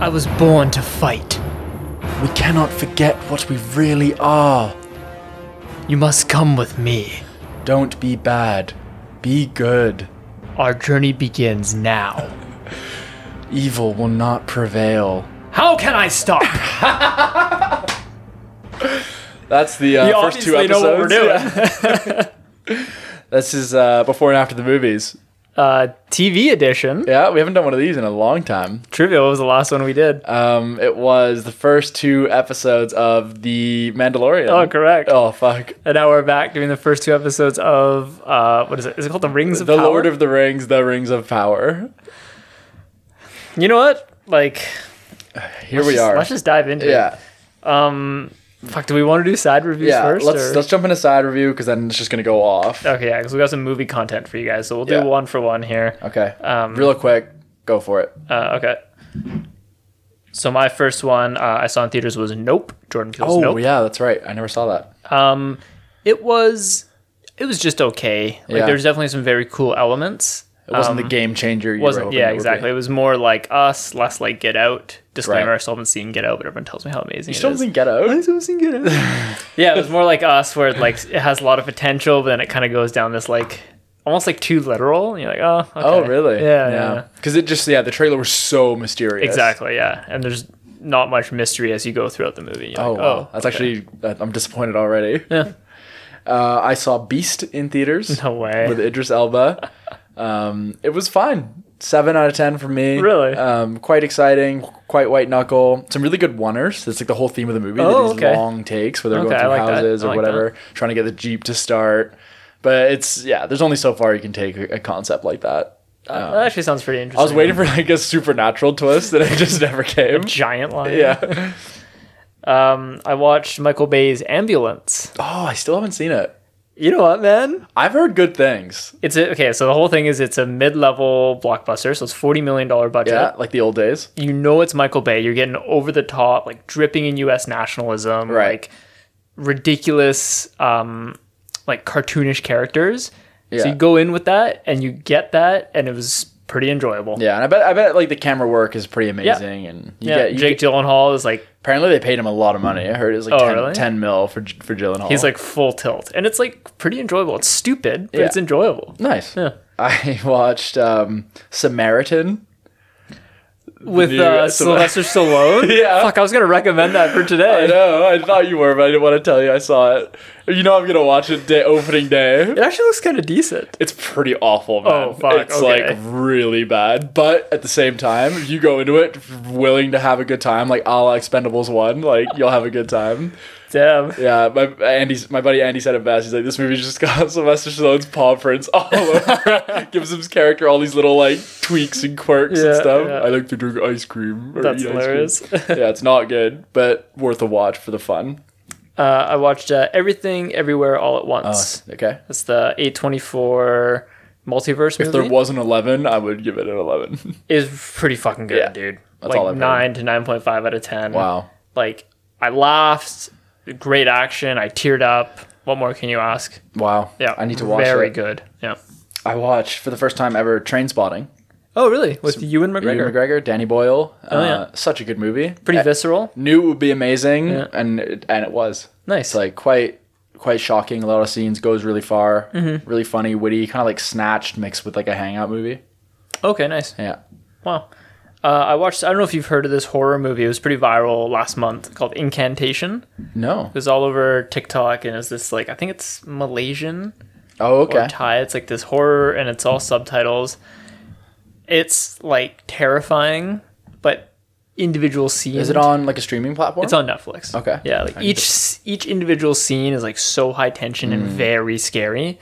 I was born to fight. We cannot forget what we really are. You must come with me. Don't be bad. Be good. Our journey begins now. Evil will not prevail. How can I stop? That's the uh, You first two obviously know episodes. what we're Yeah. this is uh, before and after the movies. uh, TV edition. Yeah, we haven't done one of these in a long time. Trivial was the last one we did. Uh, Um, it was the first two episodes of the Mandalorian. Oh, correct. Oh, fuck. And now we're back doing the first two episodes of uh, what is it? Is it called the Rings of The Power? Lord of the Rings, The Rings of Power. You know what? Like Here let's we just- are. Let's just dive into yeah, it. Um, fuck. Do we want to do side reviews yeah. 1st let's or? let's jump into side review because then it's just gonna go off. okay, yeah, because we got some movie content for you guys, so we'll do Yeah. one for one here. Okay. Um, Real quick, go for it. Uh, okay. So my first one uh, I saw in theaters was Nope. Jordan Peele's Oh Nope. yeah, that's right. I never saw that. Um, it was it was just okay. Like Yeah. there's definitely some very cool elements. It wasn't Um, the game changer. You were wasn't hoping yeah it would be. exactly. It was more like us, less like Get Out. Disclaimer: Right. I still haven't seen Get Out, but everyone tells me how amazing You it still is. didn't get out. yeah, it was more like us, where it, like it has a lot of potential, but then it kind of goes down this like almost like too literal. And you're like, oh, okay. Oh really? Yeah, yeah, yeah. Because it just yeah, the trailer was so mysterious. exactly, yeah. And there's not much mystery as you go throughout the movie. You're Oh, like, wow. oh, that's actually that- I'm disappointed already. Yeah. Uh, I saw Beast in theaters no way. with Idris Elba. Um, it was fine. Seven out of ten for me. Really? Um, quite exciting. Quite white knuckle. Some really good oneers. That's like the whole theme of the movie. Oh, these okay. long takes where they're Okay, I going through like that. houses I or like whatever, trying to get the jeep to start. But it's yeah, there's only so far you can take a a concept like that. that actually sounds pretty interesting. I was waiting for like a supernatural twist and it just never came. giant lion. Yeah. Um, I watched Michael Bay's Ambulance. Oh, I still haven't seen it. You know what, man? I've heard good things. It's a, okay. So the whole thing is it's a mid-level blockbuster, so it's forty million dollar budget. Yeah, like the old days. You know it's Michael Bay. You're getting over the top, like dripping in U.S. nationalism, Right. like ridiculous, um, like cartoonish characters. So Yeah. you go in with that, and you get that, and it was pretty enjoyable. Yeah, and I bet I bet like the camera work is pretty amazing. And you Yeah, get, you Jake get- Gyllenhaal is like apparently they paid him a lot of money. I heard it was like Oh, 10, really? 10 mil for J- for Gyllenhaal. he's like full tilt, and it's like pretty enjoyable. It's stupid, but Oh. Yeah. it's enjoyable. nice. Yeah. I watched um, Samaritan. with New- uh, so- Sylvester Stallone. Yeah. Fuck, I was gonna recommend that for I today. know. I thought you were, but I didn't want to tell you. I saw it. You know, I'm gonna watch it day opening day. It actually looks kind of decent. It's pretty awful, man. Oh, fuck, It's okay. like really bad. But at the same time, you go into it willing to have a good time, like a la Expendables 1, like you'll have a good time. Damn. Yeah, my Andy's my buddy Andy said it best. He's like, this movie's just got Sylvester Stallone's paw prints all over. it. Gives his character all these little like tweaks and quirks and Yeah, stuff. yeah. I like to drink ice cream. Or That's eat ice cream." hilarious. yeah, it's not good, but worth a watch for the fun. Uh, I watched uh, Everything Everywhere All at Once. Okay. That's the A24 multiverse If there movie. was an eleven, I would give it an eleven. Is pretty fucking good, Yeah. dude. That's like all I've heard. 9 to 9.5 out of 10. Wow. Like, I laughed. Great action. I teared up. What more can you ask? Wow. Yeah. I need to watch Very it. good. Yeah. I watched for the first time ever Train Spotting. Oh, really? With Ewan McGregor. McGregor. McGregor, Danny Boyle. uh, Oh, yeah. Such a good movie. Pretty I visceral. knew it would be amazing, and it, and it was. Nice. It's like quite quite shocking. A lot of scenes goes really far. Mm-hmm. Really funny, witty, kind of like snatched mixed with like a hangout movie. okay, nice. Yeah. Wow. Uh, I watched, I don't know if you've heard of this horror movie. It was pretty viral last month called Incantation. It No. was all over TikTok and it's this, like, I think it's Malaysian Oh, or okay. Thai. It's like this horror and it's all subtitles. It's like terrifying, but individual scenes. Is it on like a streaming platform? It's on Netflix. Okay. Yeah, like each s- each individual scene is like so high tension and very scary,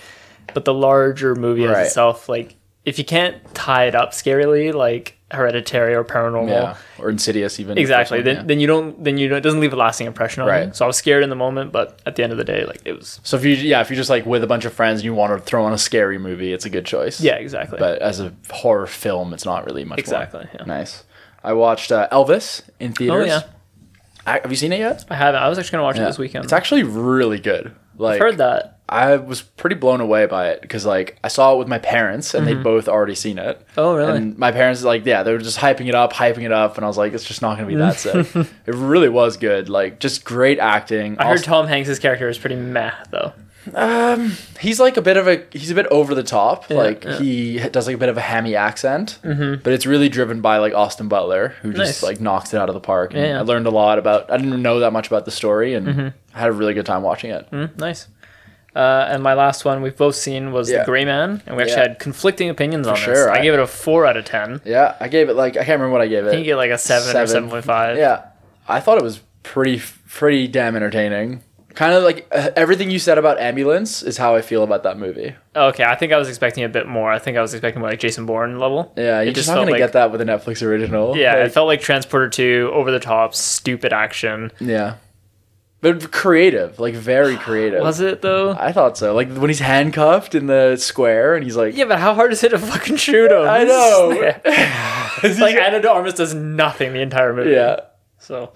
but the larger movie as Mm. Right. itself, like if you can't tie it up scarily, like Hereditary or Paranormal, Yeah. Or Insidious, even. the exactly. first one, then yeah. then you don't then you don't, it doesn't leave a lasting impression on you. Right. So I was scared in the moment, but at the end of the day, like it was. So if you yeah if you're just like with a bunch of friends and you want to throw on a scary movie, it's a good choice. Yeah, exactly. But as a horror film, it's not really much. more. Exactly, yeah. Nice. I watched uh, Elvis in oh theaters. yeah, I- have you seen it yet? I haven't. I was actually gonna watch it this Yeah. weekend. It's actually really good. Like I've heard that. I was pretty blown away by it because like I saw it with my parents and they'd both already seen it. Mm-hmm. Oh, really? And my parents like yeah they were just hyping it up, hyping it up, and I was like it's just not gonna be that sick. it really was good, like just great acting. I heard Also- Tom Hanks' character is pretty meh though. he's like a bit of a he's a bit over the top. like yeah. Mm-hmm. he does like a bit of a hammy accent, but it's really driven by like Austin Butler who Nice. just like knocks it out of the park. And Yeah, Mm-hmm. yeah. I learned a lot about I didn't know that much about the story and I had a really good time watching it. Mm, nice. Uh, and my last one we've both seen was Yeah. The Gray Man, and we actually Yeah. had conflicting opinions on this. sure, I, I- gave it a four out of ten. Yeah, I gave it like I can't remember what I gave it. I think you get like a seven, or Seven. seven point five. Yeah, I thought it was pretty pretty damn entertaining. Kind of like uh, everything you said about ambulance is how I feel about that movie. Okay, I think I was expecting a bit more. I think I was expecting more like Jason Bourne level. Yeah, you're It just not gonna like, get that with a Netflix original. Yeah, Like, it felt like Transporter Two, over the top, stupid action. yeah, but creative, like very creative. Was it though? I thought so. Like when he's handcuffed in the square and he's like, yeah, but how hard is it to fucking shoot him? I know. It's like Anna de Armas does nothing the entire movie. yeah, So,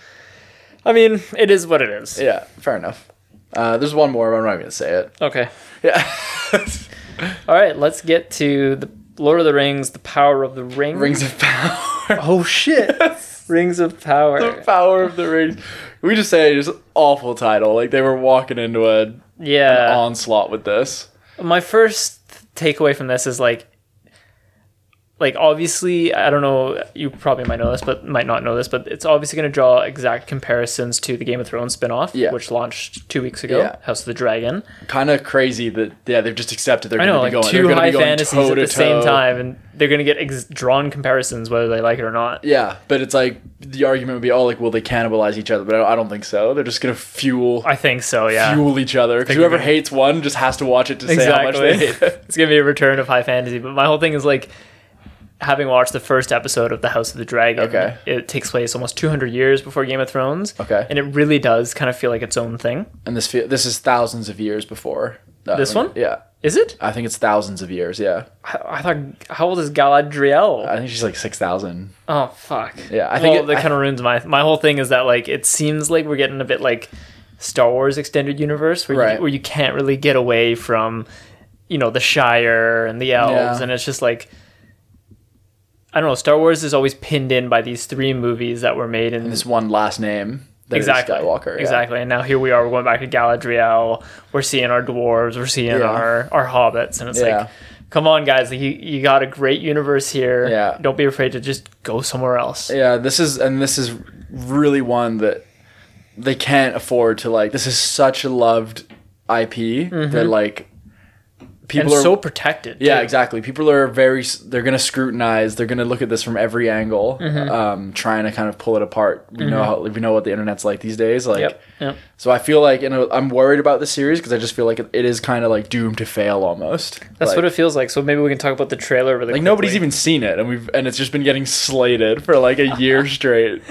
I mean, it is what it is. yeah, fair enough. Uh, there's one more, but I'm not gonna say it. Okay. Yeah, All right, let's get to the Lord of the Rings, the Power of the Ring. Rings of Power. Oh shit! Rings of the Power. power of the rings. We just say just awful title. Like they were walking into a Yeah. onslaught with this. My first takeaway from this is like, like obviously, I don't know. You probably might know this, but might not know this. But it's obviously going to draw exact comparisons to the Game of Thrones spinoff, Yeah. which launched two weeks ago, Yeah. House of the Dragon. Kind of crazy that yeah they've just accepted they're I know, going like to be going. they're two gonna high be going fantasies at the toe-to-toe. same time, and they're going to get ex- drawn comparisons whether they like it or not. Yeah, but it's like the argument would be, oh, like will they cannibalize each other? But I I don't think so. They're just gonna fuel I think so. Yeah. fuel each other because Think whoever of it. hates one just has to watch it to say how much they hate. Exactly. it. it's gonna be a return of high fantasy. But my whole thing is like having watched the first episode of the House of the Dragon. Okay. It takes place almost 200 years before Game of Thrones. Okay. And it really does kind of feel like its own thing. And this fe- this is thousands of years before that This one? Yeah, Is it? I think it's thousands of years. Yeah, I, I thought how old is Galadriel? I think she's like six thousand. oh fuck. Yeah, I think well, it- that I- kind of ruins my my whole thing is that like it seems like we're getting a bit like Star Wars extended universe where Right. you, where you can't really get away from you know the Shire and the elves Yeah. and it's just like I don't know Star Wars is always pinned in by these three movies that were made in This one last name. That is exactly Skywalker. yeah. exactly and now here we are we're going back to Galadriel we're seeing our dwarves we're seeing Yeah. our our hobbits and it's Yeah. like come on guys like, you you got a great universe here Yeah. don't be afraid to just go somewhere else Yeah, this is and this is really one that they can't afford to like. This is such a loved IP that like Mm-hmm. people and are so protected. yeah too. exactly. People are very s- they're gonna scrutinize. They're gonna look at this from every angle, Mm-hmm. um, trying to kind of pull it apart. We know how, we know what the internet's like these days. Like Yep. Yep. so, I feel like and uh, I'm worried about the series because I just feel like it, it is kind of like doomed to fail almost. That's like, what it feels like. So maybe we can talk about the trailer really like quickly. nobody's even seen it, and we've and it's just been getting slated for like a year straight.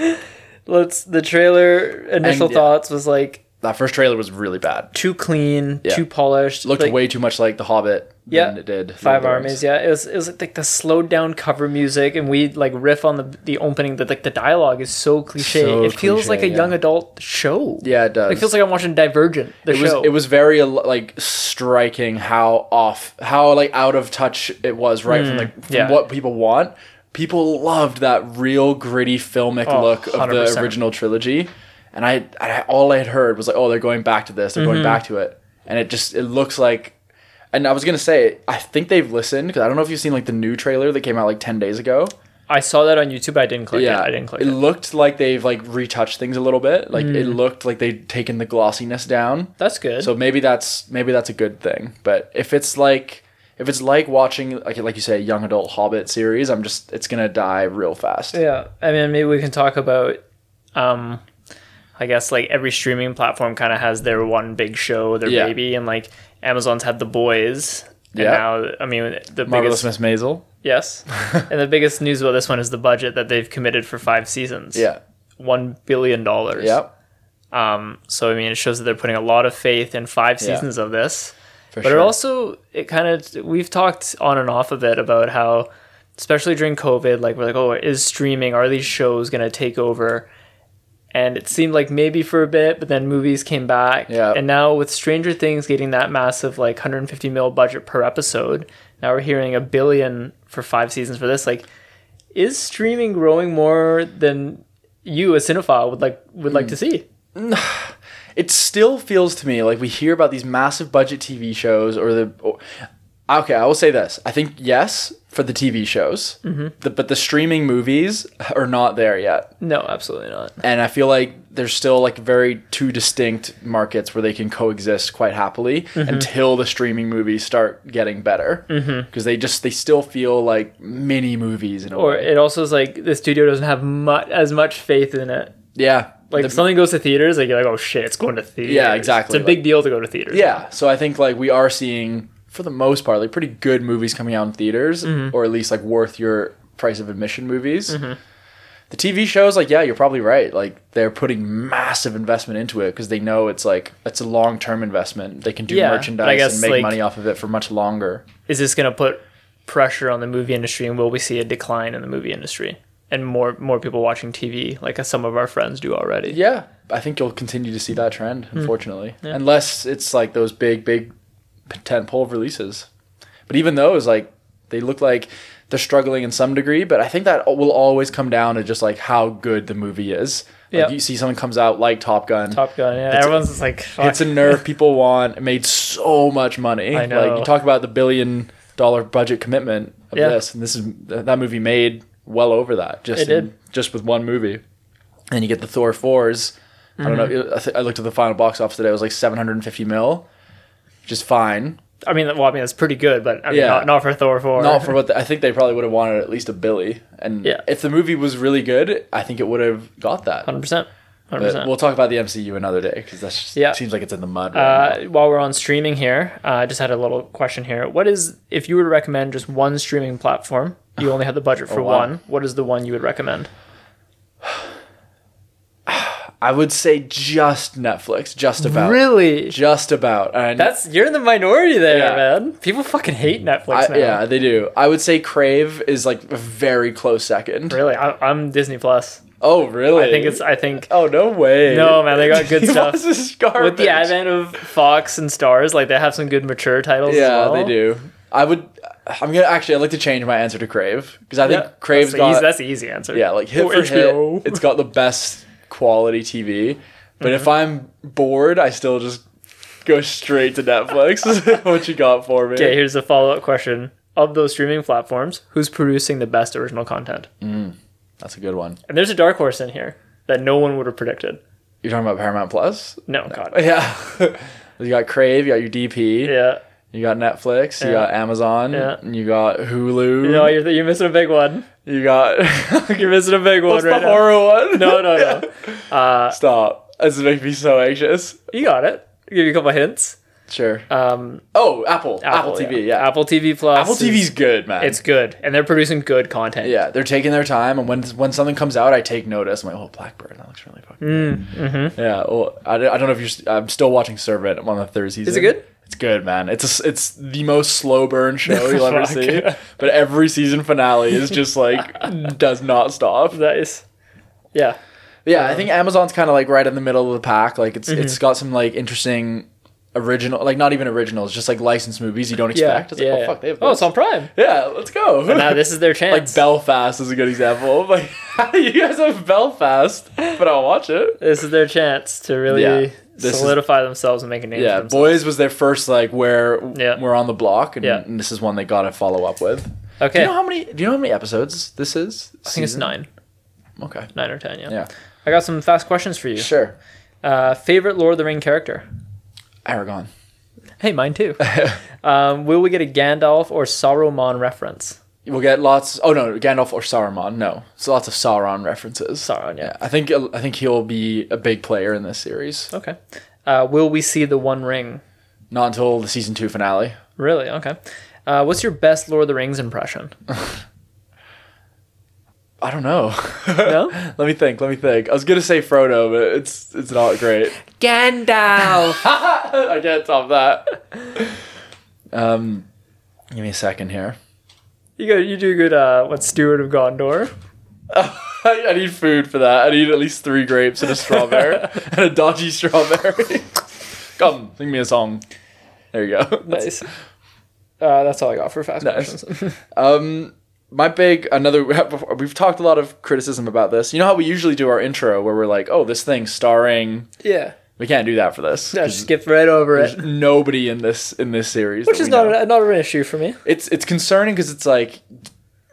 Let's the trailer initial And, yeah. thoughts was like That first trailer was really bad. too clean, Yeah. too polished. looked like, way too much like The Hobbit Yeah. than it did. Lord of Five the armies, Rings. yeah. It was it was like the slowed down cover music, and we like riff on the the opening. That like the dialogue is so cliche. So it feels cliche, like a yeah. young adult show. Yeah, it does. It feels like I'm watching Divergent. The it was show. it was very al- like striking how off how like out of touch it was right from like from Mm-hmm. yeah. what people want. People loved that real gritty filmic Oh, look of the 100%. original trilogy, and I, I all I had heard was like, oh, they're going back to this, they're going Mm-hmm. back to it, and it just it looks like. And I was gonna say, I think they've listened because I don't know if you've seen like the new trailer that came out like ten days ago. I saw that on YouTube. I didn't click yeah, it. I didn't click it. it. looked like they've like retouched things a little bit. Like it looked like they'd taken the glossiness down. That's good. So maybe that's maybe that's a good thing. But if it's like if it's like watching like like you say a young adult Hobbit series, I'm just it's gonna die real fast. Yeah, I mean, maybe we can talk about. Um, I guess like every streaming platform kind of has their one big show, their Yeah. baby, and like Amazon's had The Boys. And Yeah. now, I mean, the Marvelous biggest Miss Maisel. yes, and the biggest news about this one is the budget that they've committed for five seasons. Yeah. one billion dollars. Yeah. Um. So I mean, it shows that they're putting a lot of faith in five Yeah. seasons of this For but sure. it also it kind of we've talked on and off a bit about how especially during covid like we're like oh is streaming are these shows going to take over and it seemed like maybe for a bit, but then movies came back. Yeah. And now with Stranger Things getting that massive like 150 mil budget per episode, now we're hearing a billion for five seasons for this. Like, is streaming growing more than you, a cinephile, would like would like Mm. to see? it still feels to me like we hear about these massive budget TV shows or the. Or, okay, I will say this. I think yes for the TV shows, the, but the streaming movies are not there yet, No, absolutely not. and I feel like there's still like very two distinct markets where they can coexist quite happily Mm-hmm. until the streaming movies start getting better because they just they still feel like mini movies in a Mm-hmm. Or way. it also is like the studio doesn't have much as much faith in it. Yeah, Like The- if something goes to theaters, like you're like, oh shit, it's going to theaters. Yeah, exactly. It's a big deal to go to theaters. Yeah, so I think like we are seeing for the most part like pretty good movies coming out in theaters, Mm-hmm. or at least like worth your price of admission movies. The TV shows, like yeah, you're probably right. Like they're putting massive investment into it because they know it's like it's a long term investment. They can do Yeah, but I merchandise guess, and make like- money off of it for much longer. is this going to put pressure on the movie industry and will we see a decline in the movie industry and more more people watching TV like as some of our friends do already? Hmm. Yeah, I think you'll continue to see that trend, unfortunately, unless it's like those big, big tentpole releases. But even those, like, they look like they're struggling in some degree. But I think that will always come down to just like how good the movie is. Yeah. Like, you see something comes out like Top Gun. Top Gun, yeah. It's- Everyone's just like fuck. it's a nerve people want. It made so much money. I Like know. you talk about the billion dollar budget commitment of Yeah. this, and this is th- that movie made well over that. It Just in- did. just with one movie, and you get the Thor 4s I don't know. Mm-hmm. I, th- I looked at the final box office today. It was like seven hundred and fifty mil, just fine. I mean, well, I mean, that's pretty good, but I mean, Yeah. not, not for Thor 4. Not for what the, I think they probably would have wanted at least a billy. And Yeah. if the movie was really good, I think it would have got that. 100%. 100%. But we'll talk about the MCU another day because that just Yeah. seems like it's in the mud. Right now. Uh, while we're on streaming here, uh, I just had a little question here. What is if you were to recommend just one streaming platform? You only have the budget for Oh, wow. one. What is the one you would recommend? I would say just Netflix, just about. Really? just about. And That's you're in the minority there, Yeah. man. People fucking hate Netflix now. I, yeah, they do. I would say Crave is like a very close second. Really, I, I'm Disney Plus. Oh, really? I think it's. I think Oh no way! No, man, they got good This stuff. is garbage. with the advent of Fox and Stars, like they have some good mature titles. as yeah, well. they do. I would. I'm gonna actually. I'd like to change my answer to Crave because I Yeah, think Crave's that's the got easy, that's the easy answer. Oh, yeah, like hit Or for HBO. hit. It's got the best quality TV. But Mm-hmm. if I'm bored, I still just go straight to Netflix. what you got for me? Okay, here's a follow up question. Of those streaming platforms, who's producing the best original content? That's a good one. And there's a dark horse in here that no one would have predicted. You're talking about Paramount Plus. No, God. Yeah. you got Crave, you got your DP, Yeah. you got Netflix, you Yeah. got Amazon, Yeah. you got Hulu. You know, you're, you're missing a big one. you got You're missing a big one What's right the now. horror one? No, no, no. Stop. This makes me so anxious. You got it. give you a couple hints. Sure. Um, oh, Apple. Apple, TV, yeah. Apple TV Plus. Apple is- TV's good, man. It's good, and they're producing good content. yeah, they're taking their time, and when when something comes out, I take notice. I'm like, oh, Blackbird, that looks really fucking. Mm, Mm-hmm. Yeah, well, I, don't- I don't know if you're. s- I'm still watching Servant. I'm on the third season. Is it good? It's good, man. It's a s it's the most slow burn show you'll ever Fuck. see. But every season finale is just like does not stop. That is, yeah. Mm-hmm. Yeah, I think Amazon's kind of like right in the middle of the pack. Like it's it's got some like interesting original, like not even originals, just like licensed movies you don't expect. It's like, oh fuck, they have. oh, it's this. on Prime. yeah, let's go. Now this is their chance. like Belfast is a good example. Like you guys have Belfast, but I'll watch it. this is their chance to really Yeah, this is- solidify themselves and make a name Yeah, for themselves. Boys was their first like where Yeah. we're on the block, and, Yeah. and this is one they got to follow up with. Okay, Do you know how many? Do you know how many episodes this is? I think it's nine, Okay. nine or ten. Yeah. Yeah. I got some fast questions for you. Sure. Uh, favorite Lord of the Ring character? Aragon. Hey, mine too. um, will we get a Gandalf or Saruman reference? We'll get lots. Oh no, Gandalf or Saruman. No, it's lots of Sauron references. Sauron, yeah. I think I think he'll be a big player in this series. Okay. Uh, will we see the One Ring? Not until the season two finale. Really? Okay. Uh, what's your best Lord of the Rings impression? I don't know. No? let me think. Let me think. I was gonna say Frodo, but it's it's not great. Gandalf. I can't top that. Um, give me a second here. you go. You do good. Uh, what Steward of Gondor? I, I need food for that. I need at least three grapes and a strawberry and a dodgy strawberry. Come, sing me a song. There you go. Nice. That's- Uh, that's all I got for fast Nice. questions. Um, my big another we've talked a lot of criticism about this. You know how we usually do our intro where we're like, "Oh, this thing starring." yeah. We can't do that for this. No, 'cause just skip right over there's it. nobody in this in this series, Which that is we not know. a, not an issue for me. it's it's concerning because it's like,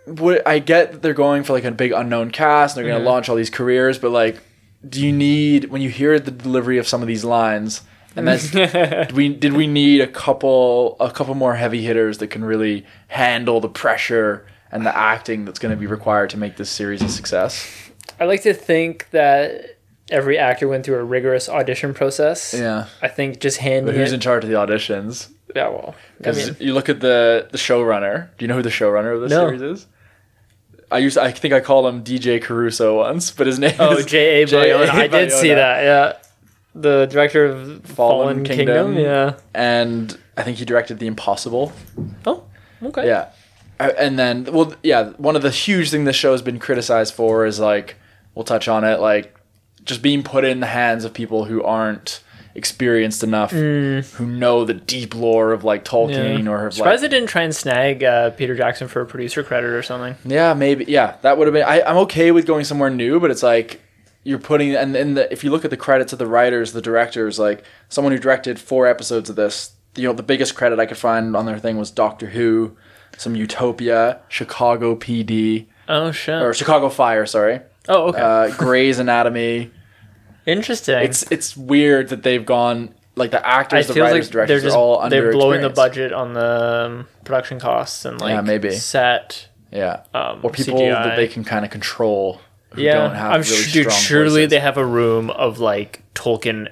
what I get that they're going for like a big unknown cast and they're going to launch all these careers, but like, do you need when you hear the delivery of some of these lines and that's Did we did we need a couple a couple more heavy hitters that can really handle the pressure and the acting that's going to be required to make this series a success? I like to think that every actor went through a rigorous audition process. Yeah. I think just handing But who's it. in charge of the auditions? yeah, well, I Because mean, you look at the the showrunner. Do you know who the showrunner of this No. series is? I used I think I called him DJ Caruso once, but his name oh, is J.A. Bayona. I did see Bayona. that. Yeah, the director of Fallen, Fallen Kingdom. Kingdom. Yeah. and I think he directed The Impossible. Oh, okay. Yeah. Uh, And then, well, yeah, one of the huge thing this show has been criticized for is like, we'll touch on it, like just being put in the hands of people who aren't experienced enough, Mm. who know the deep lore of like Tolkien Hmm, or have like, Surprised they didn't try and snag uh, Peter Jackson for a producer credit or something. yeah, maybe, yeah, that would have been. I, I'm okay with going somewhere new, but it's like you're putting and in the if you look at the credits of the writers, the directors, like someone who directed four episodes of this, you know, the biggest credit I could find on their thing was Doctor Who, some Utopia, Chicago PD. Oh shit. or Chicago Fire, sorry. oh okay. Uh, Grey's Anatomy. Interesting. It's it's weird that they've gone like the actors, it the feels writers, like they're directors just are all under. they're blowing the experienced. budget on the um, production costs and like Yeah, maybe. set. Yeah, um, or people CGI. that they can kind of control. Who yeah, don't have I'm really sure. Dude, strong surely voices. they have a room of like Tolkien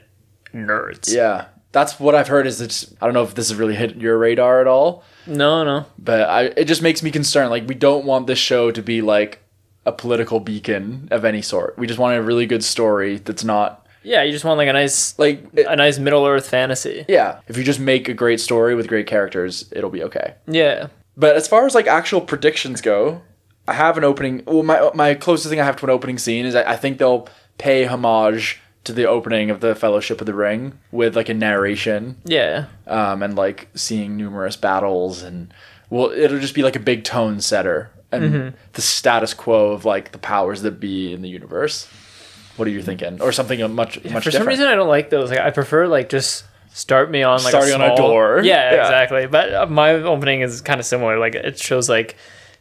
nerds. Yeah, that's what I've heard. Is it's I don't know if this has really hit your radar at all, No, no. but I it just makes me concerned. Like we don't want this show to be like a political beacon of any sort. We just want a really good story that's not Yeah, you just want like a nice like like it- a nice Middle Earth fantasy. yeah. If you just make a great story with great characters, it'll be okay. Yeah. But as far as like actual predictions go, I have an opening. Well, my my closest thing I have to an opening scene is I, I think they'll pay homage to the opening of the Fellowship of the Ring with like a narration Yeah. um, and like seeing numerous battles and well, it'll just be like a big tone setter and Mm-hmm. the status quo of like the powers that be in the universe. What are you thinking? Or something much much For some different. reason, I don't like those. Like, I prefer like just start me on like Starting a on a small- door. Yeah, Yeah. exactly. But uh, my opening is kind of similar. Like it shows like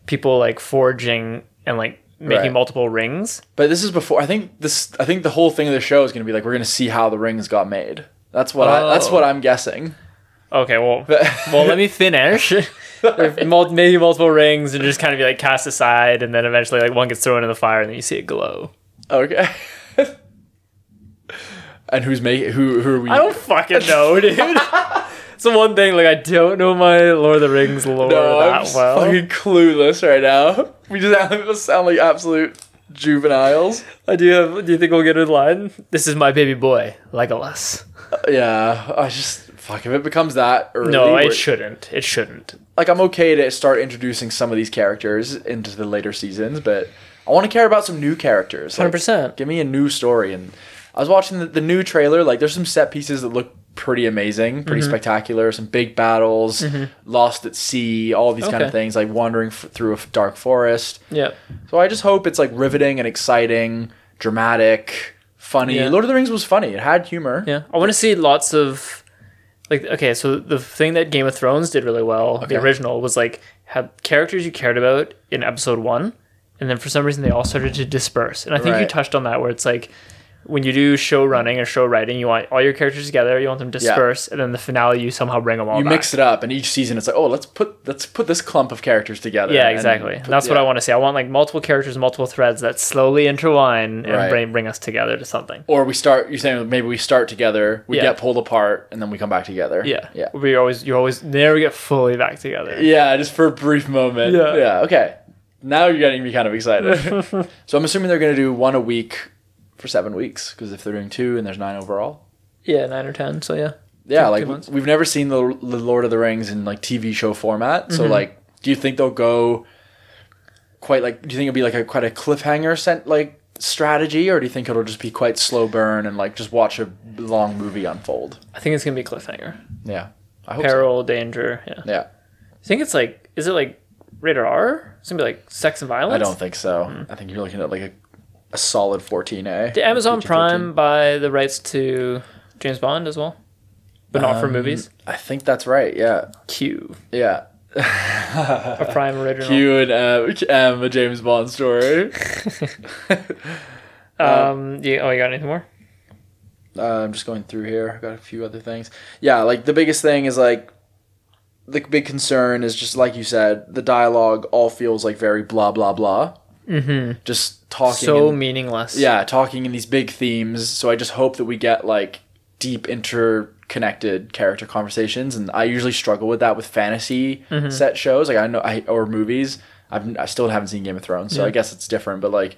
people like forging and like making Right. multiple rings. But this is before. I think this. I think the whole thing of the show is going to be like we're going to see how the rings got made. That's what I. That's Oh. what I'm guessing. Okay, well, well, let me finish. There's mul- maybe multiple rings and just kind of be like cast aside, and then eventually like one gets thrown in the fire, and then you see it glow. Okay. and who's making? Who? Who are we? I don't fucking know, dude. It's the one thing like I don't know my Lord of the Rings lore know. I'm that just well. fucking clueless right now. We just have- we sound like absolute juveniles. I Uh, do have. Do you think we'll get in line? This is my baby boy, Legolas. Yeah. I just fuck if it becomes that early. No, we're- it shouldn't. It shouldn't. Like I'm okay to start introducing some of these characters into the later seasons, but I want to care about some new characters. Like, 100%. Give me a new story. And I was watching the, the new trailer. Like, there's some set pieces that look pretty amazing, pretty Mm-hmm. spectacular. Some big battles, lost at sea, all these kind Okay. of things, like wandering f- through a f- dark forest. Yeah. So I just hope it's like riveting and exciting, dramatic, funny. Yeah. Lord of the Rings was funny. It had humor. Yeah. I want to see lots of like okay, so the thing that Game of Thrones did really well, Okay. the original was like had characters you cared about in episode 1 and then for some reason they all started to disperse. And I think you Right. touched on that where it's like when you do show running or show writing, you want all your characters together, you want them dispersed, and then the finale you somehow bring them all You back. mix it up, and each season it's like, oh, let's put let's put this clump of characters together. yeah, and exactly. put- e-, That's what yeah. I want to see. I want like multiple characters, multiple threads that slowly intertwine and Right. bring, bring us together to something. or we start you're saying maybe we start together we Yeah. get pulled apart and then we come back together Yeah, yeah We always, you always never get fully back together. yeah just for a brief moment Yeah. yeah okay now you're getting me kind of excited so i'm assuming they're going to do one a week for seven weeks because if they're doing two and there's nine overall Yeah, nine or ten. So yeah. yeah Two- like two months. we've never seen the, the Mm-hmm. lord of the rings in like tv show format so like do you think they'll go quite like do you think it'll be like a quite a cliffhanger sent like strategy or do you think it'll just be quite slow burn and like just watch a long movie unfold I think it's gonna be a cliffhanger. yeah i hope so. Peril, danger. Yeah. I yeah think it's like, is it like rated R? It's gonna be like sex and violence. i don't think so i think you're looking at like a, a solid 14a Did Amazon PG-13. Prime buy the rights to James Bond as well, but not for Um, movies? i think that's right yeah Q, yeah a Prime original. Q and uh, um, a James Bond story. Um. You, oh, you got anything more? uh, I'm just going through here. I've got a few other things. Yeah, like the biggest thing is like the big concern is just like you said, the dialogue all feels like very blah blah blah. Mm-hmm. Just talking. So in- meaningless. yeah, talking in these big themes. So I just hope that we get like deep interconnected character conversations, and I usually struggle with that with fantasy Mm-hmm. set shows. Like I know I or movies. I've I still haven't seen Game of Thrones, so I guess it's different. But like.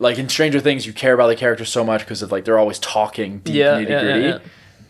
Like in Stranger Things, you care about the characters so much because of like they're always talking deep Yeah, nitty yeah, yeah, gritty, yeah.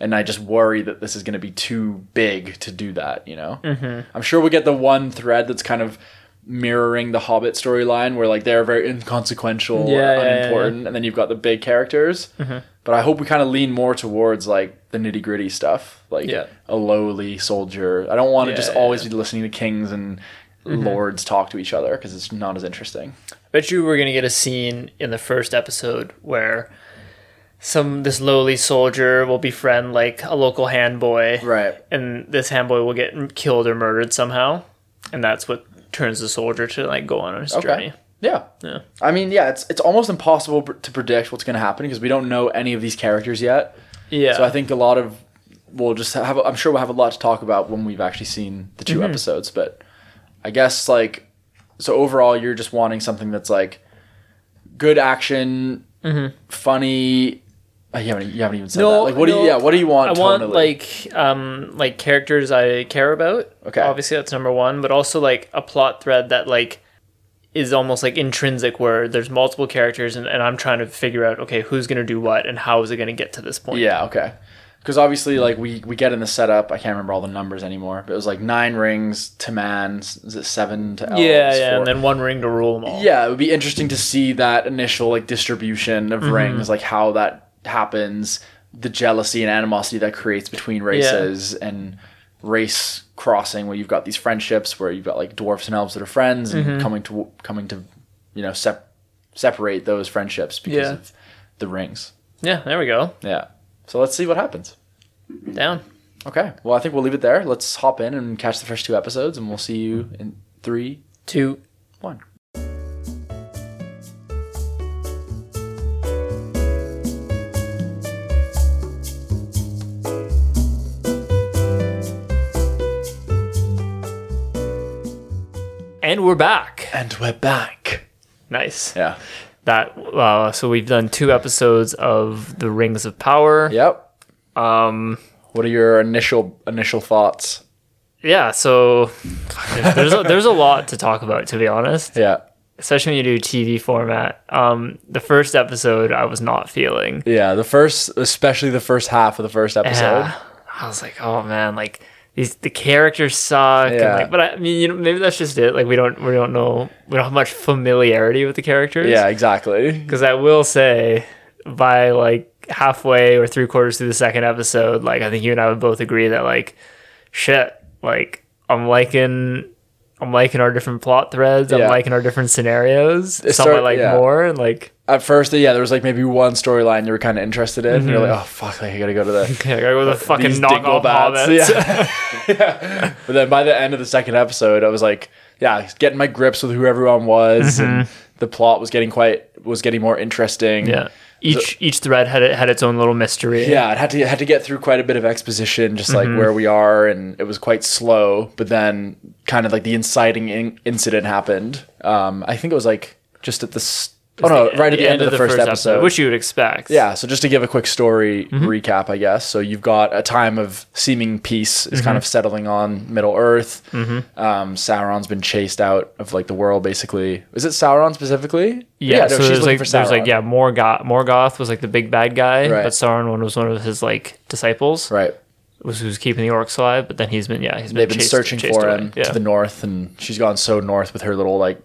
and I just worry that this is going to be too big to do that. You know, mm-hmm. I'm sure we'll get the one thread that's kind of mirroring the Hobbit storyline, where like they're very inconsequential or Yeah, yeah, yeah, unimportant, and then you've got the big characters. Mm-hmm. But I hope we kind of lean more towards like the nitty gritty stuff, like Yeah. a lowly soldier. I don't want to Yeah, just yeah, Mm-hmm. always be listening to kings and lords talk to each other because it's not as interesting. bet you we're gonna get a scene in the first episode where some this lowly soldier will befriend like a local handboy, Right. and this handboy will get m- killed or murdered somehow, and that's what turns the soldier to like go on his journey. Yeah. Yeah. I mean, yeah, it's it's almost impossible pr- to predict what's going to happen because we don't know any of these characters yet. Yeah. So I think a lot of we'll just have. I'm sure we'll have a lot to talk about when we've actually seen the 2 Mm-hmm. episodes. But I guess like so overall, you're just wanting something that's like good action, funny. uh, You haven't, you haven't even said Mm-hmm. No, that. Like, what do no. you? Yeah, what do you want? I want tonally? like um like characters I care about. Okay. Obviously that's number one, but also like a plot thread that like is almost like intrinsic where there's multiple characters and, and I'm trying to figure out okay who's gonna do what and how is it gonna get to this point. Yeah, okay. Because obviously, like we we get in the setup. I can't remember all the numbers anymore. But it was like nine rings to man. s- Is it seven to elves? Yeah, yeah, four- and then one ring to rule them all. Oh, yeah. It would be interesting to see that initial like distribution of rings, like how that happens, the jealousy and animosity that creates between races, and race crossing where you've got these friendships where you've got like dwarfs and elves that are friends and coming to coming to you know sep- separate those friendships because Yeah. of the rings. Yeah, there we go. Yeah. So let's see what happens. Down. Okay. Well, I think we'll leave it there. Let's hop in and catch the first two episodes, and we'll see you in three, Two one. and we're back. And we're back. Nice. Yeah. That uh, so we've done two episodes of the Rings of Power. Yep. Um What are your initial initial thoughts? yeah so there's a, there's a lot to talk about to be honest Yeah. especially when you do tv format um the first episode i was not feeling Yeah. The first, especially the first half of the first episode. yeah. i was like oh man like these the characters suck and Yeah. like, but i mean you know maybe that's just it like we don't we don't know we don't have much familiarity with the characters Yeah. Exactly. because i will say by like halfway or three quarters through the second episode like i think you and i would both agree that like shit like i'm liking i'm liking our different plot threads i'm Yeah. liking our different scenarios some i start- like yeah. more and like At first, yeah, there was like maybe one storyline you were kind of interested in. And you're like, oh fuck, like, I gotta go to the okay, i gotta go with the fucking these knockoff dinglebats. hobbits Yeah. yeah. But then by the end of the second episode, I was like, yeah, getting my grips with who everyone was, and the plot was getting quite was getting more interesting. yeah each each thread had it had its own little mystery Yeah, it had to had to get through quite a bit of exposition, just like Mm-hmm. where we are, and it was quite slow. But then, kind of like the inciting in- incident happened. Um, I think it was like just at the s oh no, right at the, end, of the, first, episode. which Mm-hmm. you would expect Yeah, so just to give a quick story recap, I guess. So you've got a time of seeming peace is Mm-hmm. kind of settling on Middle Earth. Um, Sauron's been chased out of like the world, basically. Is it Sauron specifically? yeah, no, so there's like there's like yeah morgoth morgoth was like the big bad guy Right. but sauron was one of his like disciples Right. was who's keeping the orcs alive, but then he's been yeah he's been They've been chased- searching chased for away. him Yeah. to the north, and she's gone so north with her little like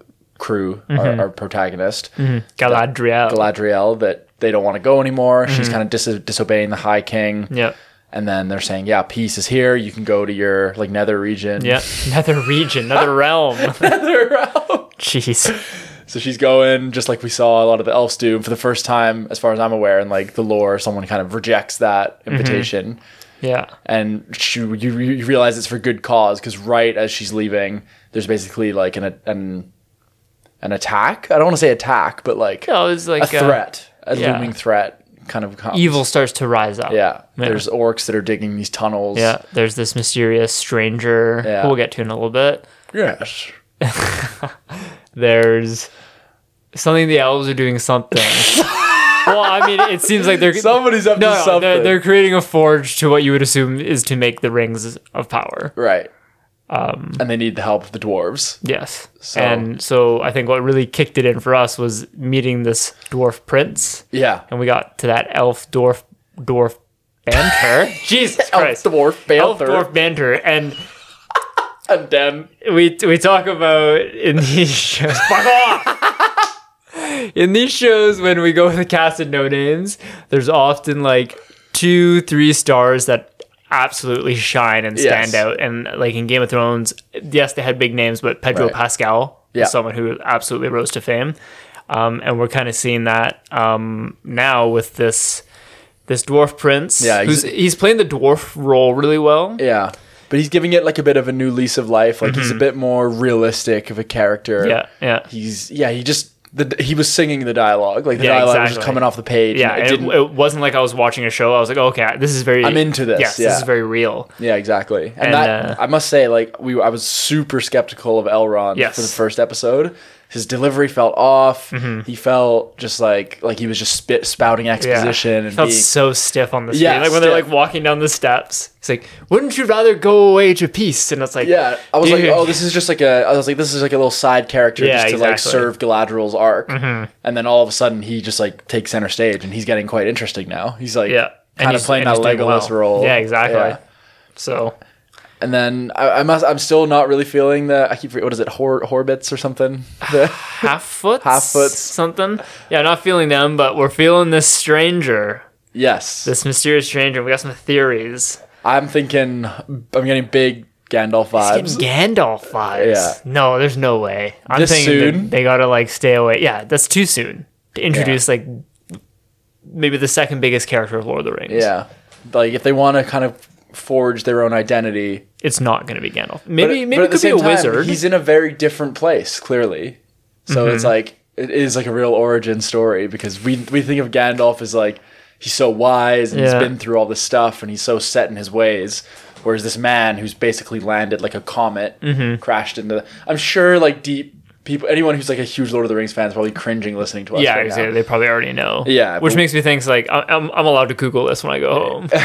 crew, Mm-hmm. our, our protagonist, Hmm. Galadriel. Galadriel, that they don't want to go anymore. She's kind of dis- disobeying the High King. Mm-hmm. yeah. And then they're saying, yeah, peace is here. You can go to your like nether region. Yeah. Another region, another realm. Nether realm. Jeez. So she's going just like we saw a lot of the elves do for the first time, as far as I'm aware, and like the lore, someone kind of rejects that Mm-hmm. invitation, Yeah. and she, you, you realize it's for good cause because right as she's leaving, there's basically like an an an attack. I don't want to say attack, but like No, it's a like uh, threat, a yeah. looming threat, kind of comes. evil starts to rise up. Yeah. there's orcs that are digging these tunnels. Yeah. There's this mysterious stranger Yeah. who we'll get to in a little bit. yes, There's something the elves are doing something. well, I mean, it seems like they're somebody's up to no, no something. they're, they're creating a forge to what you would assume is to make the rings of power. right, Um. and they need the help of the dwarves. Yes. So- And so I think what really kicked it in for us was meeting this dwarf prince, Yeah, and we got to that elf dwarf dwarf banter. Jesus Christ. elf dwarf, Elf Balther, dwarf banter, and and then Um, we we talk about in these shows. Fuck off! in these shows, when we go with the cast and no names, there's often like two, three stars that absolutely shine and stand Yes. out. And like in Game of Thrones, yes, they had big names, but Pedro Right. Pascal Yeah. is someone who absolutely rose to fame. Um, and we're kind of seeing that um, now with this this dwarf prince. Yeah, who's, he's playing the dwarf role really well. Yeah. But he's giving it like a bit of a new lease of life. Like he's a bit more realistic of a character. Mm-hmm. Yeah, yeah. He's yeah, he just the, he was singing the dialogue. Like the Yeah, dialogue was exactly. just coming off the page. Yeah, and it and it, didn't- it, wasn't like I was watching a show. I was like, oh, okay, this is very. I'm into this, Yes, yeah. this is very real. yeah, exactly. And, and, that uh, I must say, like we I was super skeptical of Elrond Yes. Mm-hmm. for the first episode. His delivery felt off. He felt just like like he was just spit spouting exposition Yeah. and felt being so stiff on the screen. Yeah, like when they're stiff. like walking down the steps, it's like, wouldn't you rather go away to peace? And it's like, Yeah, I was like, dude, oh, this is just like a. I was like, this is like a little side character Yeah, just to like exactly. Mm-hmm. serve Galadriel's arc, and then all of a sudden he just like takes center stage, and he's getting quite interesting now. He's like, yeah, And kind of he's- and playing that he's doing Legolas well. role. Yeah, exactly. Yeah. So And then I, I must, I'm still not really feeling the. I keep forget- what is it, Hor, Horbits or something? The- half foot, Half foots. something. Yeah, not feeling them, but we're feeling this stranger, yes, this mysterious stranger. We got some theories. I'm thinking I'm getting big Gandalf It's vibes. getting Gandalf vibes. Yeah. No, there's no way. I'm This thinking that soon? they gotta like stay away. Yeah, that's too soon to introduce like maybe the second biggest character of Lord of the Rings. yeah, like if they want to kind of forge their own identity, It's not gonna be Gandalf. But- Maybe but maybe at it the could be same a time, wizard. Mm-hmm. He's in a very different place, clearly. So it's like it is like a real origin story because we we think of Gandalf as like he's so wise and he's Yeah. been through all this stuff and he's so set in his ways. Whereas this man who's basically landed like a comet, Mm-hmm. crashed into. The, I'm sure like deep people, anyone who's like a huge Lord of the Rings fan is probably cringing listening to us. yeah, right now. exactly. They probably already know. Yeah, which but- makes me think like I- I'm, I'm allowed to Google this when I go home.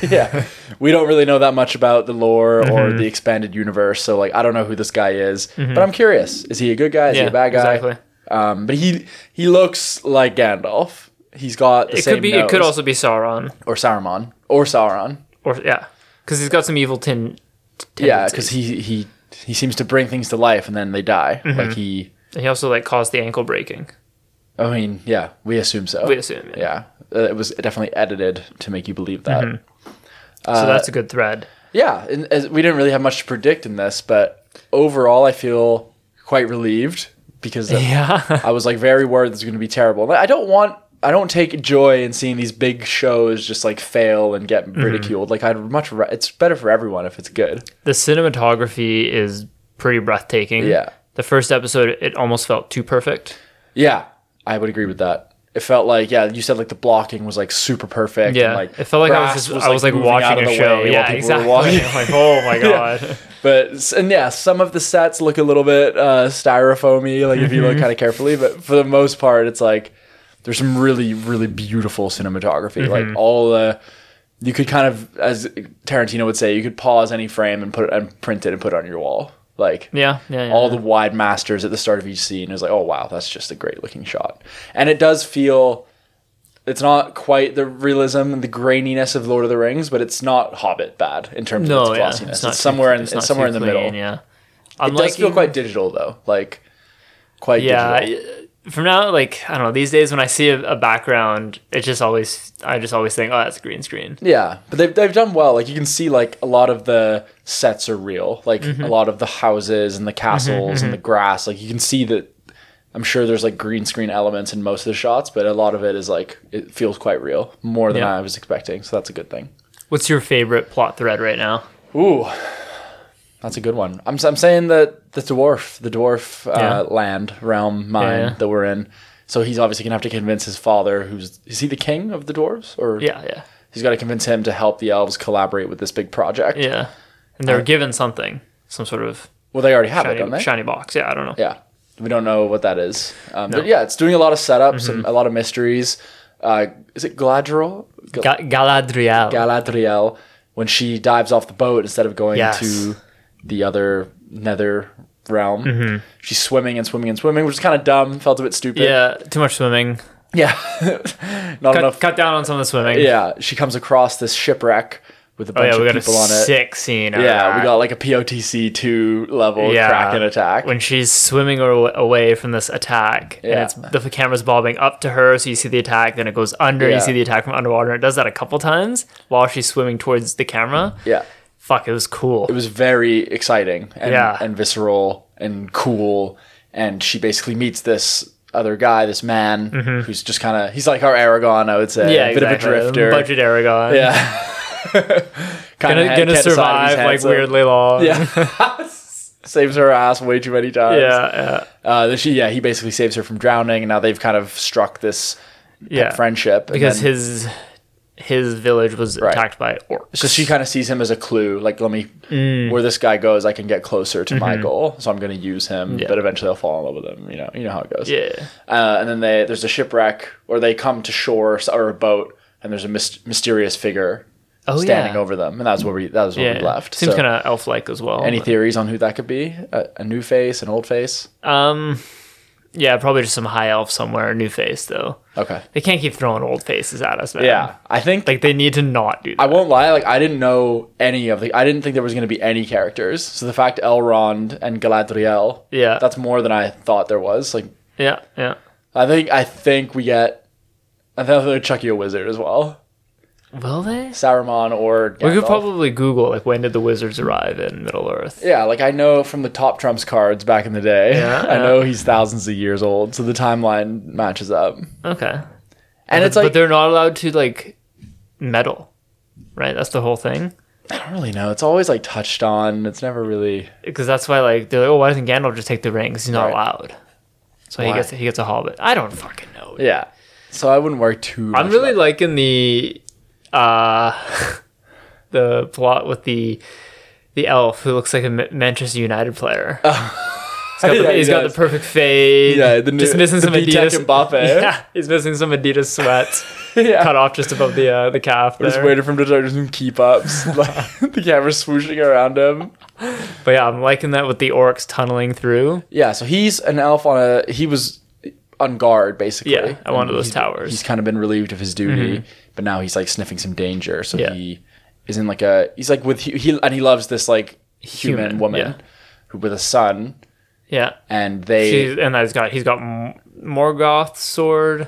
yeah. We don't really know that much about the lore or Mm-hmm. the expanded universe, so like I don't know who this guy is, but I'm curious. Is he a good guy? Is he Yeah, a bad guy? exactly. Um, but he he looks like Gandalf. He's got the It same could be. It nose. could also be Sauron, or Saruman or Sauron. or yeah, because he's got some evil tin. Yeah, because he he he seems to bring things to life and then they die. Mm-hmm. Like he, he also like caused the ankle breaking. I mean, yeah, we assume so. We assume. Yeah. yeah, Uh, it was definitely edited to make you believe that. Mm-hmm. Uh, so that's a good thread. Yeah, and as, we didn't really have much to predict in this, but overall, I feel quite relieved because of- Yeah. I was like very worried this was going to be terrible. And I don't want, I don't take joy in seeing these big shows just like fail and get Mm-hmm. ridiculed. Like I'd much, ra- it's better for everyone if it's good. the cinematography is pretty breathtaking. Yeah. The first episode, it almost felt too perfect. Yeah, I would agree with that. It felt like yeah, you said like the blocking was like super perfect. Yeah, and, like it felt like I was grass just I was like moving out watching of a the way show. while Yeah, people were exactly. walking. I'm like, oh my god. But and yeah, some of the sets look a little bit uh, styrofoamy, like if you look kind of carefully. But for the most part, it's like there's some really, really beautiful cinematography. Like all the you could kind of, as Tarantino would say, you could pause any frame and put it and print it and put it on your wall. Like Yeah, yeah, yeah. all the wide masters at the start of each scene is like, oh wow, that's just a great looking shot, and it does feel. It's not quite the realism and the graininess of Lord of the Rings, but it's not Hobbit bad in terms of no, its yeah, glossiness. It's, not too- somewhere in it's it's not somewhere too in the middle. clean, Yeah, It I'm does feel liking quite digital though. Like quite yeah digital. y- from now like i don't know these days when i see a, a background it just always i just always think oh that's a green screen Yeah, but they've they've done well. Like you can see, like a lot of the sets are real. Like Mm-hmm. a lot of the houses and the castles and the grass. Like you can see that. I'm sure there's like green screen elements in most of the shots, but a lot of it is like it feels quite real, more than Yeah. I was expecting. So that's a good thing. what's your favorite plot thread right now Ooh, that's a good one. I'm I'm saying that the dwarf, the dwarf Yeah. uh, land realm mine Yeah. that we're in. So he's obviously gonna have to convince his father, who's is he the king of the dwarves, or yeah yeah he's got to convince him to help the elves collaborate with this big project. yeah and they're given something some sort of Well, they already have it, don't shiny, they? shiny box yeah i don't know Yeah, we don't know what that is, um, but yeah, it's doing a lot of setups Mm-hmm. and a lot of mysteries. Uh, is it Galadriel? Gal- Ga- galadriel Galadriel when she dives off the boat instead of going Yes. to the other nether realm. Mm-hmm. She's swimming and swimming and swimming, which is kind of dumb. Felt a bit stupid. yeah too much swimming Yeah. Not cut, enough. cut down on some of the swimming Yeah, she comes across this shipwreck with a oh bunch yeah we of got a people on it. sick scene out of Yeah, that. we got like a POTC two level Yeah. kraken attack. when she's swimming aw- away from this attack Yeah. and it's the camera's bobbing up to her so you see the attack then it goes under Yeah. you see the attack from underwater and it does that a couple times while she's swimming towards the camera yeah, fuck it was cool it was very exciting and, Yeah. and visceral and cool. And she basically meets this other guy, this man who's just kind of he's like our Aragon, I would say, Mm-hmm. yeah a bit exactly. of a drifter, budget aragon yeah, kind gonna, gonna survive like weirdly long Yeah. Saves her ass way too many times. yeah Uh, then she, yeah, he basically saves her from drowning, and now they've kind of struck this yeah, yeah. friendship. and because then- his his village was attacked by orcs So she kind of sees him as a clue, like let me Mm. where this guy goes, I can get closer to Mm-hmm. my goal. So I'm going to use him, but eventually I'll fall in love with him. You know, you know how it goes. yeah Uh, and then they there's a shipwreck, or they come to shore s- or a boat, and there's a mys- mysterious figure Oh, standing yeah. over them, and that's where we that was where yeah we left. seems So kind of elf like as well any theories on who that could be? A, a new face, an old face? um yeah probably just some high elf somewhere new face though Okay. They can't keep throwing old faces at us, man. Yeah, I think Like they need to not do that. I won't lie, like I didn't know any of the I didn't think there was gonna be any characters. So the fact Elrond and Galadriel, Yeah. that's more than I thought there was. Like yeah, yeah. I think I think we get I think they're chuck you a wizard as well. Will they? Saruman or We could Gandalf. probably Google like when did the wizards arrive in Middle Earth? Yeah, like I know from the top trumps cards back in the day. Yeah, I yeah. know he's thousands of years old, so the timeline matches up. And Okay. it's but like they're not allowed to like meddle, right? That's the whole thing. I don't really know. It's always like touched on. It's never really Because that's why like they're like, oh, why doesn't Gandalf just take the ring? 'Cause he's not Right. allowed. So he Why? gets he gets a hobbit. I don't fucking know. Yeah. So I wouldn't worry too much. I'm really about liking the uh the plot with the the elf who looks like a Ma- Manchester United player. He's got, the, Yeah, he he's got the does. perfect fade. Yeah, the new- just missing the some B-Tech Adidas. Mbappe. Yeah, he's missing some Adidas sweats it. yeah. cut off just above the uh, the calf. Just there. waiting for him to try to do some keep ups. like the camera swooshing around him. But yeah, I'm liking that with the orcs tunneling through. Yeah, so he's an elf on a he was on guard basically. Yeah, at one of those He's- towers. He's kind of been relieved of his duty, but now he's like sniffing some danger. So Mm-hmm. Yeah. he is in like a he's like with he and he loves this like human, Human, woman yeah. who with a son Yeah, and they She's, and he's got he's got M- Morgoth's sword,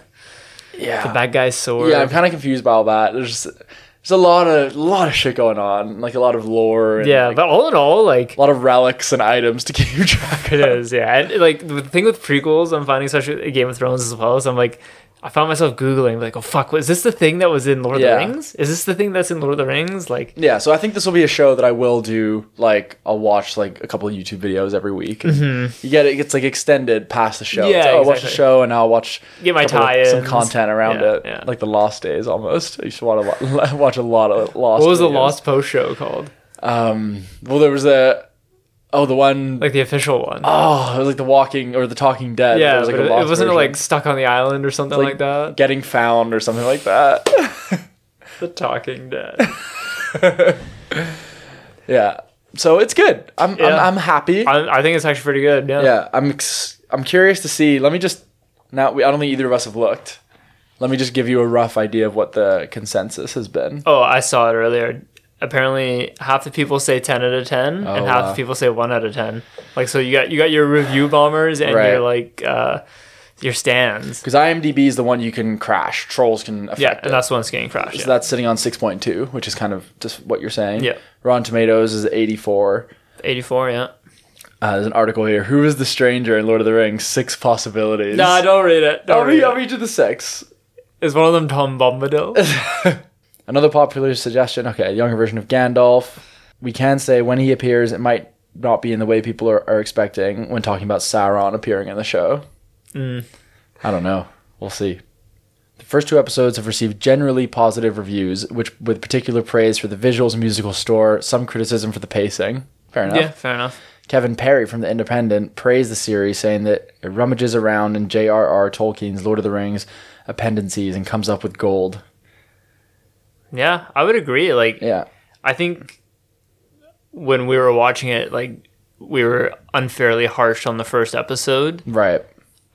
yeah the bad guy's sword. Ah. Yeah, I'm kind of confused by all that. There's there's a lot of lot of shit going on, like a lot of lore. And yeah. like, but all in all, like a lot of relics and items to keep track. It of. is, yeah. And, like the thing with prequels, I'm finding especially with Game of Thrones as well. So I'm like, I found myself googling like, oh fuck, was this the thing that was in Lord Yeah. of the Rings? Is this the thing that's in Lord of the Rings? Like, Yeah, so I think this will be a show that I will do. Like, I'll watch like a couple of YouTube videos every week. You get it; it's like extended past the show. Mm-hmm. Yeah, It's, oh, I watch the exactly. show, and I'll watch Get my a couple of- some tie-ins. content around Yeah, it, yeah. like the Lost Days almost. You should want to lo- watch a lot of Lost. what was the videos. Lost Post show called? Um, well, there was a oh, the one Like the official one. oh, it was like the Walking or the Talking Dead. yeah, there was, like, but a it- Lost it wasn't version. like stuck on the island or something like, that. Getting found or something like that. The Talking Dead. yeah. So it's good. I'm Yeah. I'm, I'm happy. I, I think it's actually pretty good. Yeah. yeah, I'm ex- I'm curious to see. Let me just now. We, I don't think either of us have looked. Let me just give you a rough idea of what the consensus has been. Oh, I saw it earlier. apparently half the people say 10 out of 10 Oh, and half wow. the people say 1 out of 10 like so you got you got your review bombers and Right. your like uh your stands Because IMDb is the one you can crash. Trolls can affect yeah it. and that's the one's getting crashed So yeah. that's sitting on 6.2, which is kind of just what you're saying. Yeah. Rotten Tomatoes is 84. 84 yeah Uh, there's an article here. Who is the stranger in Lord of the Rings? Six possibilities. nah don't read it don't I'll read, read I'll it. read you the six. is one of them tom bombadil Another popular suggestion. Okay, a younger version of Gandalf. We can say when he appears, it might not be in the way people are, are expecting when talking about Sauron appearing in the show. Mm. I don't know. We'll see. The first two episodes have received generally positive reviews, which with particular praise for the visuals and musical score, some criticism for the pacing. Fair enough. yeah fair enough Kevin Perry from The Independent praised the series, saying that it rummages around in J.R.R. Tolkien's Lord of the Rings appendices and comes up with gold. yeah i would agree like Yeah. I think when we were watching it, like we were unfairly harsh on the first episode Right.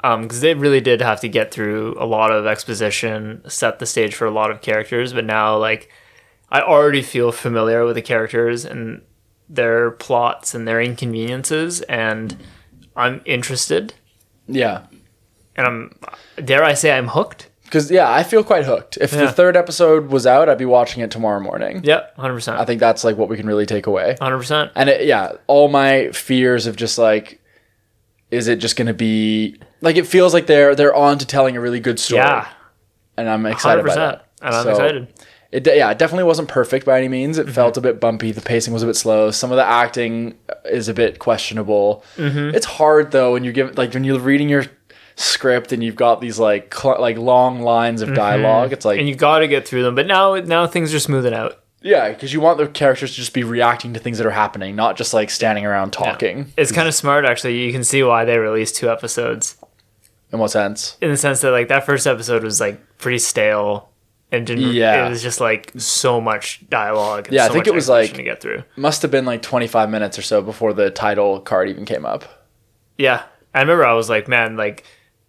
because they really did have to get through a lot of exposition, set the stage for a lot of characters. But now, like, I already feel familiar with the characters and their plots and their inconveniences, and I'm interested. Yeah. And I'm, dare I say, I'm hooked. Because, yeah, I feel quite hooked. If Yeah. the third episode was out, I'd be watching it tomorrow morning. Yep, I 100%. think that's like what we can really take away. 100%. And it, yeah, all my fears of just like, is it just going to be like it feels like they're they're on to telling a really good story. Yeah, and I'm 100%. excited about that. And I'm So- excited. It de- yeah, it definitely wasn't perfect by any means. Mm-hmm. It felt a bit bumpy. The pacing was a bit slow. Some of the acting is a bit questionable. Mm-hmm. It's hard though when you give like when you're reading your script and you've got these like cl- like long lines Mm-hmm. of dialogue. It's like And you got to get through them. But now, now things are smoothing out. yeah, because you want the characters to just be reacting to things that are happening, not just like standing around talking. It's kind of smart, actually. You can see why they released two episodes In what sense? in the sense that, like, that first episode was like pretty stale and didn't. Yeah. it was just like so much dialogue. And Yeah, I so think much it was, exposition like- to get through. Must have been like 25 minutes or so before the title card even came up. Yeah, I remember I was like, man, like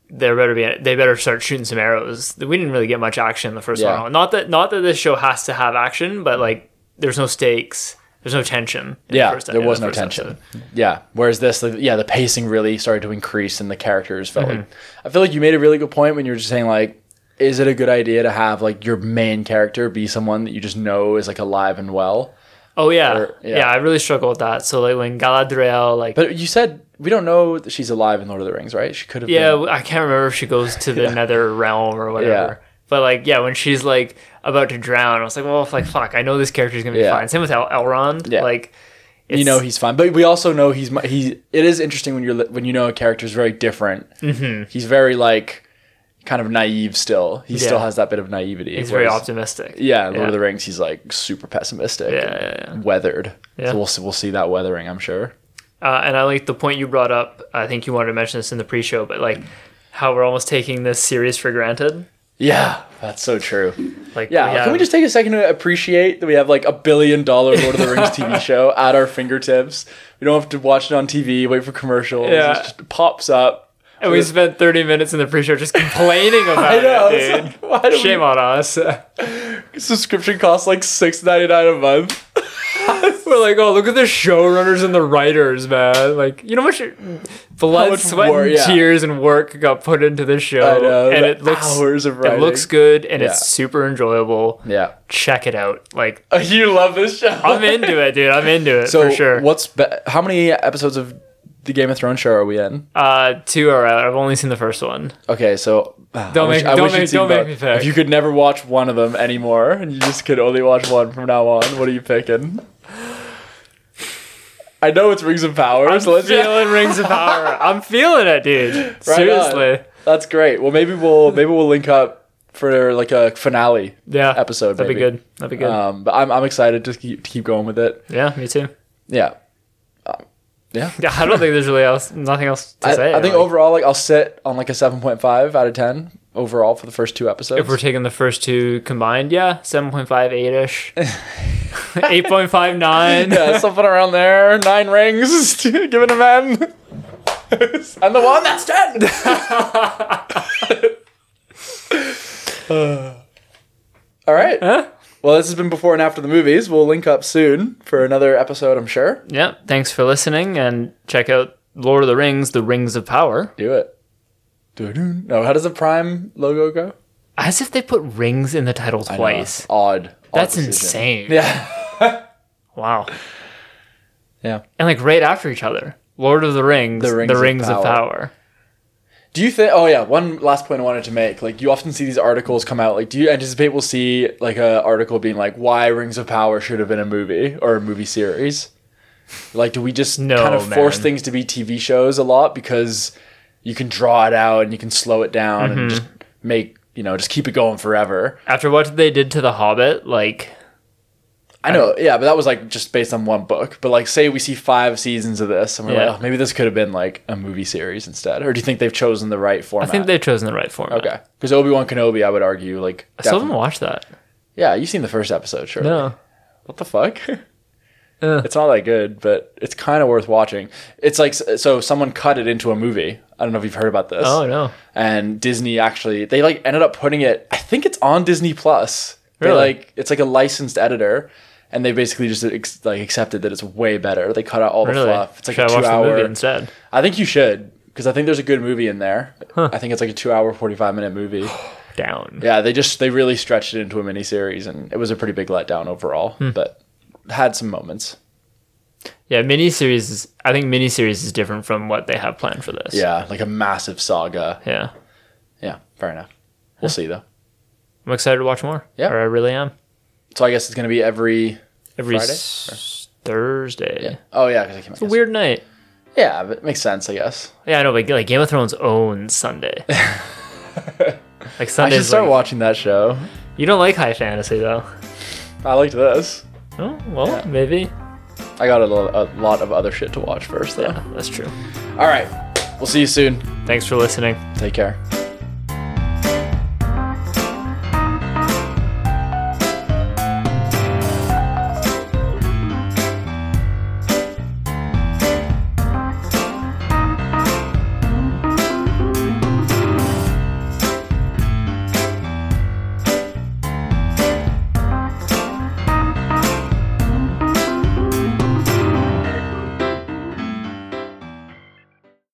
there better be they better start shooting some arrows. We didn't really get much action in the first Yeah. one. Not that not that this show has to have action, but like there's no stakes. There's no tension. in the Yeah, first- e- there in the was no first tension. episode. Yeah. Whereas this, like, yeah, the pacing really started to increase, and the characters felt Mm-hmm. like. I feel like you made a really good point when you were just saying like, is it a good idea to have like your main character be someone that you just know is like alive and well? Oh yeah. Or- yeah. yeah, I really struggle with that. So like when Galadriel like But you said we don't know that she's alive in Lord of the Rings, right? She could have. Yeah, Been. w- I can't remember if she goes to the nether realm or whatever. But like, yeah, when she's like about to drown, I was like, well, if, like fuck, I know this character's gonna be Yeah. fine. Same with El- Elrond. Yeah. Like, it's, You know he's fine, but we also know he's mu- he. It is interesting when you're li- when you know a character is very different. Mm-hmm. He's very like kind of naive still. He still Yeah. has that bit of naivety. he's very whereas- optimistic. Yeah, in Lord Yeah. of the Rings, he's like super pessimistic. Yeah, and yeah, Weathered. Yeah. So we'll see, we'll see that weathering, I'm sure. Uh, and I like the point you brought up. I think you wanted to mention this in the pre-show, but like how we're almost taking this series for granted. Yeah, that's so true. Like, Yeah, have- can we just take a second to appreciate that we have like a billion dollar Lord of the Rings TV show at our fingertips? We don't have to watch it on TV, wait for commercials. Yeah. It just pops up. and we spent thirty minutes in the pre-show just complaining about I know. it, dude. it's like, why do Shame on us. we, subscription costs like six ninety nine a month? We're like, oh, look at the showrunners and the writers, man. Like, you know how much blood, How much sweat, wor- and yeah. tears and work got put into this show, I know, and the it looks hours of it writing. looks good and Yeah. it's super enjoyable. Yeah. Check it out. Like, You love this show. I'm into it, dude. I'm into it so for sure. what's be- how many episodes of the Game of Thrones show are we in? Uh, two are out. I've only seen the first one. Okay, so ah, Don't I wish- make- I don't wish you'd make- seen don't make both. me pick. If you could never watch one of them anymore, and you just could only watch one from now on, what are you picking? I know it's Rings of Power, so let's feeling Rings of Power. I'm feeling it, dude. Right on. Seriously. That's great. Well, maybe we'll maybe we'll link up for like a finale Yeah. episode. That'd be maybe. good. That'd be good. Um, but I'm I'm excited to keep to keep going with it. yeah, me too. Yeah, um, yeah. Yeah, I don't think there's really else, nothing else to I, say. I think Like, overall, like I'll sit on like a seven point five out of ten overall for the first two episodes. If we're taking the first two combined, yeah, 7.5, 8 ish. 8.59. yeah, something around there. Nine rings, giving a man. I'm the one that's ten. All right. Huh? Well, this has been before and after the movies. We'll link up soon for another episode, I'm sure. Yeah, thanks for listening and check out Lord of the Rings, The Rings of Power. Do it. Doo-doo. No, how does the Prime logo go? As if they put rings in the title I know, twice. Odd. odd That's decision. insane. Yeah. Wow. Yeah. And like right after each other. Lord of the Rings, The Rings, of, power. Do you think? Oh yeah, one last point I wanted to make. Like you often see these articles come out. Like, do you anticipate we'll see like a article being like why Rings of Power should have been a movie or a movie series? Like, do we just No, kind of force man. things to be TV shows a lot because you can draw it out and you can slow it down and just Mm-hmm. make you know just keep it going forever? After what they did to The Hobbit, like, I know, yeah, but that was like just based on one book. But like, say we see five seasons of this, and we're Yeah. like, oh, maybe this could have been like a movie series instead. Or do you think they've chosen the right I format? think they've chosen the right format. Okay, because Obi Wan Kenobi, I would argue, like, I still haven't definitely- watched that. yeah, you've seen the first episode, sure. No. What the fuck? Uh. It's not that good, but it's kind of worth watching. It's like so someone cut it into a movie. I don't know if you've heard about this. Oh, no. And Disney actually, they like ended up putting it. I think it's on Disney Plus. They Really? like it's like a licensed editor, and they basically just ex- like accepted that it's way better. They cut out all the Really? fluff. It's like Should a I two watch the hour. movie instead? I think you should because I think there's a good movie in there. I think it's like a two hour forty five minute movie. Down. Yeah, they just they really stretched it into a miniseries, and it was a pretty big letdown overall. Hmm. But had some moments. Yeah, miniseries. Is, I think miniseries is different from what they have planned for this. Yeah, like a massive saga. yeah. Yeah, fair enough. We'll see though. I'm excited to watch more. Yeah. or I really am. So I guess it's gonna be every. Every Friday? s- Thursday. Yeah. Oh yeah, because I came. It's a weird night. Yeah, but it makes sense, I guess. Yeah, I know, but like Game of Thrones owns Sunday. like I should Sunday's. start like- watching that show. you don't like high fantasy though. I liked this. Oh well, maybe. I got a, lo- a lot of other shit to watch first though. Yeah, that's true. All right, we'll see you soon. Thanks for listening. Take care.